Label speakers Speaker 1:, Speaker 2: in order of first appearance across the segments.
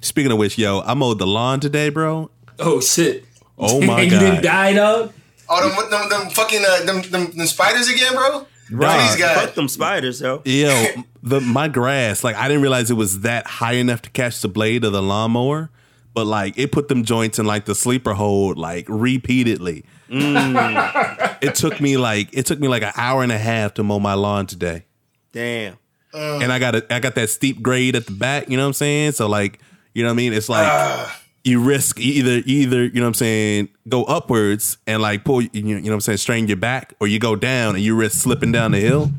Speaker 1: Speaking of which, yo, I mowed the lawn today, bro.
Speaker 2: Oh shit.
Speaker 1: Oh my
Speaker 2: you didn't
Speaker 1: god.
Speaker 2: die, dog.
Speaker 3: Oh, them, them, them fucking uh, them, them, them spiders again, bro.
Speaker 1: Nah.
Speaker 3: Please, God.
Speaker 4: Fuck them spiders, yo.
Speaker 1: Yo, the my grass, like I didn't realize it was that high enough to catch the blade of the lawnmower, but like it put them joints in like the sleeper hold like repeatedly. it took me like it took me like an hour and a half to mow my lawn today.
Speaker 4: Damn.
Speaker 1: and I got a, I got that steep grade at the back. You know what I'm saying? So like, you know what I mean? It's like
Speaker 2: Ah.
Speaker 1: you risk e-, either either you know what I'm saying go upwards and like pull you you know what I'm saying strain your back, or you go down and you risk slipping down the hill.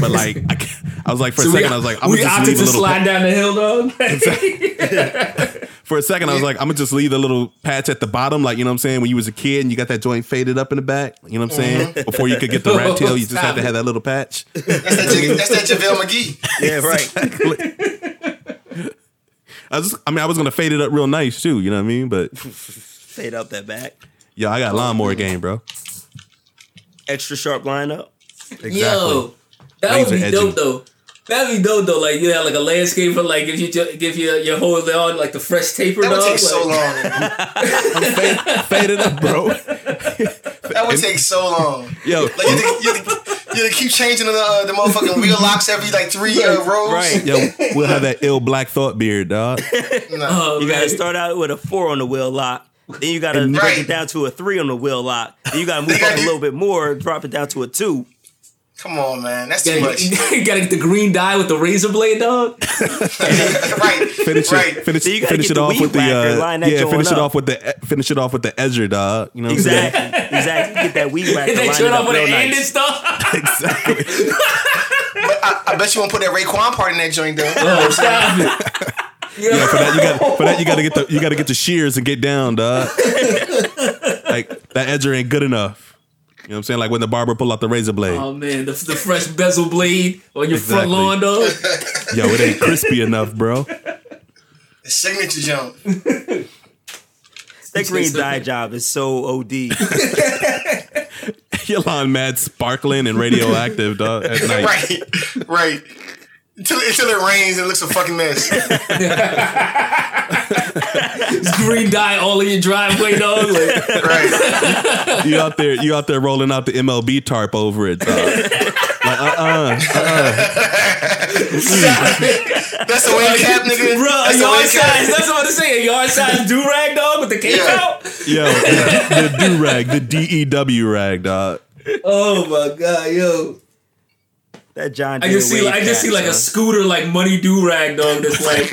Speaker 1: But like I, ca- I was like for a second I was like I'm
Speaker 2: Hmm. we
Speaker 1: gonna just leave
Speaker 2: opted to
Speaker 1: a little
Speaker 2: slide
Speaker 1: pa-
Speaker 2: down the hill, dog.
Speaker 1: for a second I was like I'm gonna just leave the little patch at the bottom like you know what I'm saying when you was a kid and you got that joint faded up in the back you know what I'm saying
Speaker 2: Mm-hmm.
Speaker 1: before you could get the rat tail you just had to have that little patch
Speaker 3: That's that, J- that's that JaVale McGee.
Speaker 4: Yeah, right.
Speaker 1: I just I mean I was gonna fade it up real nice too you know what I mean but
Speaker 4: Fade out that back.
Speaker 1: Yo, I got lawnmower game, bro.
Speaker 4: Extra sharp lineup.
Speaker 1: Exactly.
Speaker 2: Yo, that
Speaker 1: Razor
Speaker 2: would be
Speaker 1: edging.
Speaker 2: dope though. That'd be dope though. Like you had like a landscaper, like if you ju- give your your whole lawn like the fresh taper.
Speaker 3: That would
Speaker 2: dog,
Speaker 3: take so
Speaker 2: like-
Speaker 3: long.
Speaker 1: Fade, fade it up, bro.
Speaker 3: That would take so long.
Speaker 1: Yo,
Speaker 3: Like you, had to- you, had to- you had to keep changing the uh, the motherfucking wheel locks every like three uh, rows.
Speaker 4: Right.
Speaker 1: yo, we'll have that ill black thought beard, dog.
Speaker 2: Oh,
Speaker 4: You gotta
Speaker 2: man.
Speaker 4: start out with a four on the wheel lock. Then you gotta break
Speaker 3: Right.
Speaker 4: it down to a three on the wheel lock. Then you gotta move up a little bit more, drop it down to a two.
Speaker 3: Come on, man. That's
Speaker 2: You
Speaker 3: too much.
Speaker 2: gotta, you gotta get the green dye with the razor blade, dog.
Speaker 3: right.
Speaker 1: Finish
Speaker 3: right.
Speaker 1: it, finish,
Speaker 4: So you gotta
Speaker 1: finish
Speaker 4: get
Speaker 1: it
Speaker 4: the
Speaker 1: off
Speaker 4: weed
Speaker 1: with the
Speaker 4: whacker, line
Speaker 1: uh,
Speaker 4: that
Speaker 1: yeah,
Speaker 4: joint
Speaker 1: finish it
Speaker 4: up.
Speaker 1: off with the e, finish it off with the Ezra, dog. You know what I'm saying?
Speaker 4: Exactly. exactly. Get that weed whacker.
Speaker 2: And they
Speaker 4: line
Speaker 2: turn
Speaker 4: it
Speaker 2: off
Speaker 4: up
Speaker 2: with
Speaker 4: real
Speaker 2: an
Speaker 4: nice.
Speaker 2: ended stuff.
Speaker 1: Exactly.
Speaker 3: I bet you won't put that Raekwon part in that joint though.
Speaker 2: Oh, stop it. You
Speaker 1: Yeah,
Speaker 2: know?
Speaker 1: for that you got for that you got to get the you got to get the shears and get down, dog. like that Ezra ain't good enough. You know what I'm saying? Like when the barber pull out the razor blade.
Speaker 2: Oh man, the, the fresh bezel blade on your front
Speaker 1: Exactly.
Speaker 2: lawn, dog.
Speaker 1: Yo, it ain't crispy enough, bro.
Speaker 3: The signature jump.
Speaker 4: That green dye job is so OD.
Speaker 1: Your lawn mad sparkling and radioactive, dog. At night.
Speaker 3: Right. Right. Until, until it rains and it looks a fucking mess.
Speaker 2: It's green dye all in your driveway, dog. Like,
Speaker 3: Right.
Speaker 1: you out there, you out there rolling out the MLB tarp over it. Dog. Like, uh-uh.
Speaker 3: That's the way cap, nigga.
Speaker 2: bro, a
Speaker 3: That's the
Speaker 2: yard
Speaker 3: way
Speaker 2: size.
Speaker 3: cap.
Speaker 2: Oh, That's what I'm saying. A yard size do rag, dog, with the cape
Speaker 3: Yeah.
Speaker 2: out.
Speaker 1: Yo, the do rag, the D E W rag, dog.
Speaker 2: Oh my god, yo.
Speaker 4: That John.
Speaker 2: I just see, I just see like a scooter, like money do rag, dog. That's like,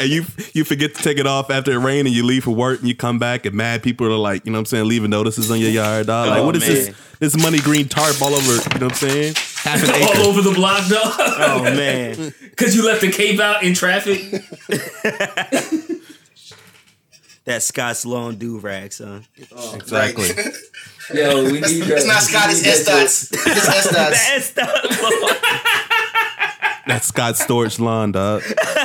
Speaker 1: And you you forget to take it off after it rain and you leave for work and you come back and mad people are like, you know what I'm saying, leaving notices on your yard, dog. Like,
Speaker 4: Oh,
Speaker 1: what is
Speaker 4: man.
Speaker 1: this this money green tarp all over, you know what I'm saying? Half an
Speaker 2: all
Speaker 1: acre.
Speaker 2: over the block, dog.
Speaker 4: Oh man.
Speaker 2: Because you left the cape out in traffic.
Speaker 4: That Scott Sloan do rag, son.
Speaker 1: Exactly.
Speaker 2: Yo, we need that.
Speaker 3: It's not Scott, it's S dots. It's S dots.
Speaker 4: That's the
Speaker 1: That's Scott Storch lawn, dog.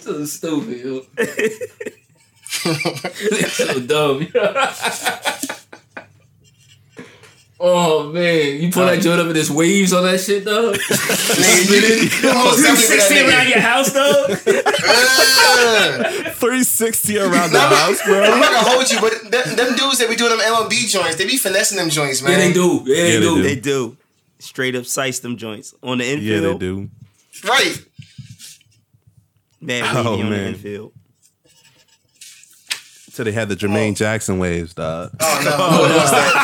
Speaker 2: So stupid. Yo. so dumb. yo. oh man, you put that joint up and there's waves on that shit though.
Speaker 3: Nigga, you did you almost
Speaker 2: You
Speaker 3: got me for Oh, that
Speaker 2: 16
Speaker 3: nigga.
Speaker 2: around your house though.
Speaker 1: 360 around the house, bro.
Speaker 3: I'm not gonna hold you, but them, them dudes that be doing them MLB joints, they be finessing them joints, man.
Speaker 2: yeah, they do. Yeah, they
Speaker 1: Yeah, they
Speaker 2: do.
Speaker 4: They do. Straight up sice them joints on the infield.
Speaker 1: Yeah, they do.
Speaker 3: Right.
Speaker 4: Man,
Speaker 1: Oh,
Speaker 4: weedy on the
Speaker 1: man.
Speaker 4: infield.
Speaker 1: Till they had the Jermaine Jackson waves, dog.
Speaker 3: Oh no, no, no, it's that.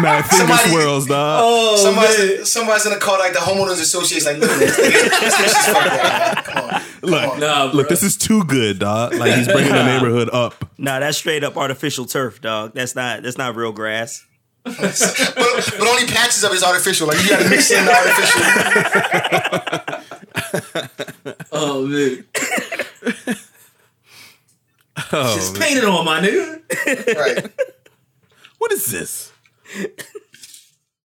Speaker 1: Mad finger
Speaker 3: Somebody- Oh,
Speaker 1: swirls, dog.
Speaker 3: somebody's, somebody's gonna call like the homeowners association, like, look, this nigga- this nigga's just fucked up. Come on.
Speaker 1: Look,
Speaker 2: Nah,
Speaker 1: look,
Speaker 2: bruh.
Speaker 1: this is too good, dog. Like he's bringing the neighborhood up.
Speaker 4: Nah, that's straight up artificial turf, dog. That's not that's not real grass.
Speaker 3: But, but only patches of it's artificial. Like you gotta mix in the artificial.
Speaker 2: Oh man,
Speaker 1: Oh,
Speaker 3: Oh,
Speaker 2: it's painted on my nigga.
Speaker 3: Right.
Speaker 1: what is this?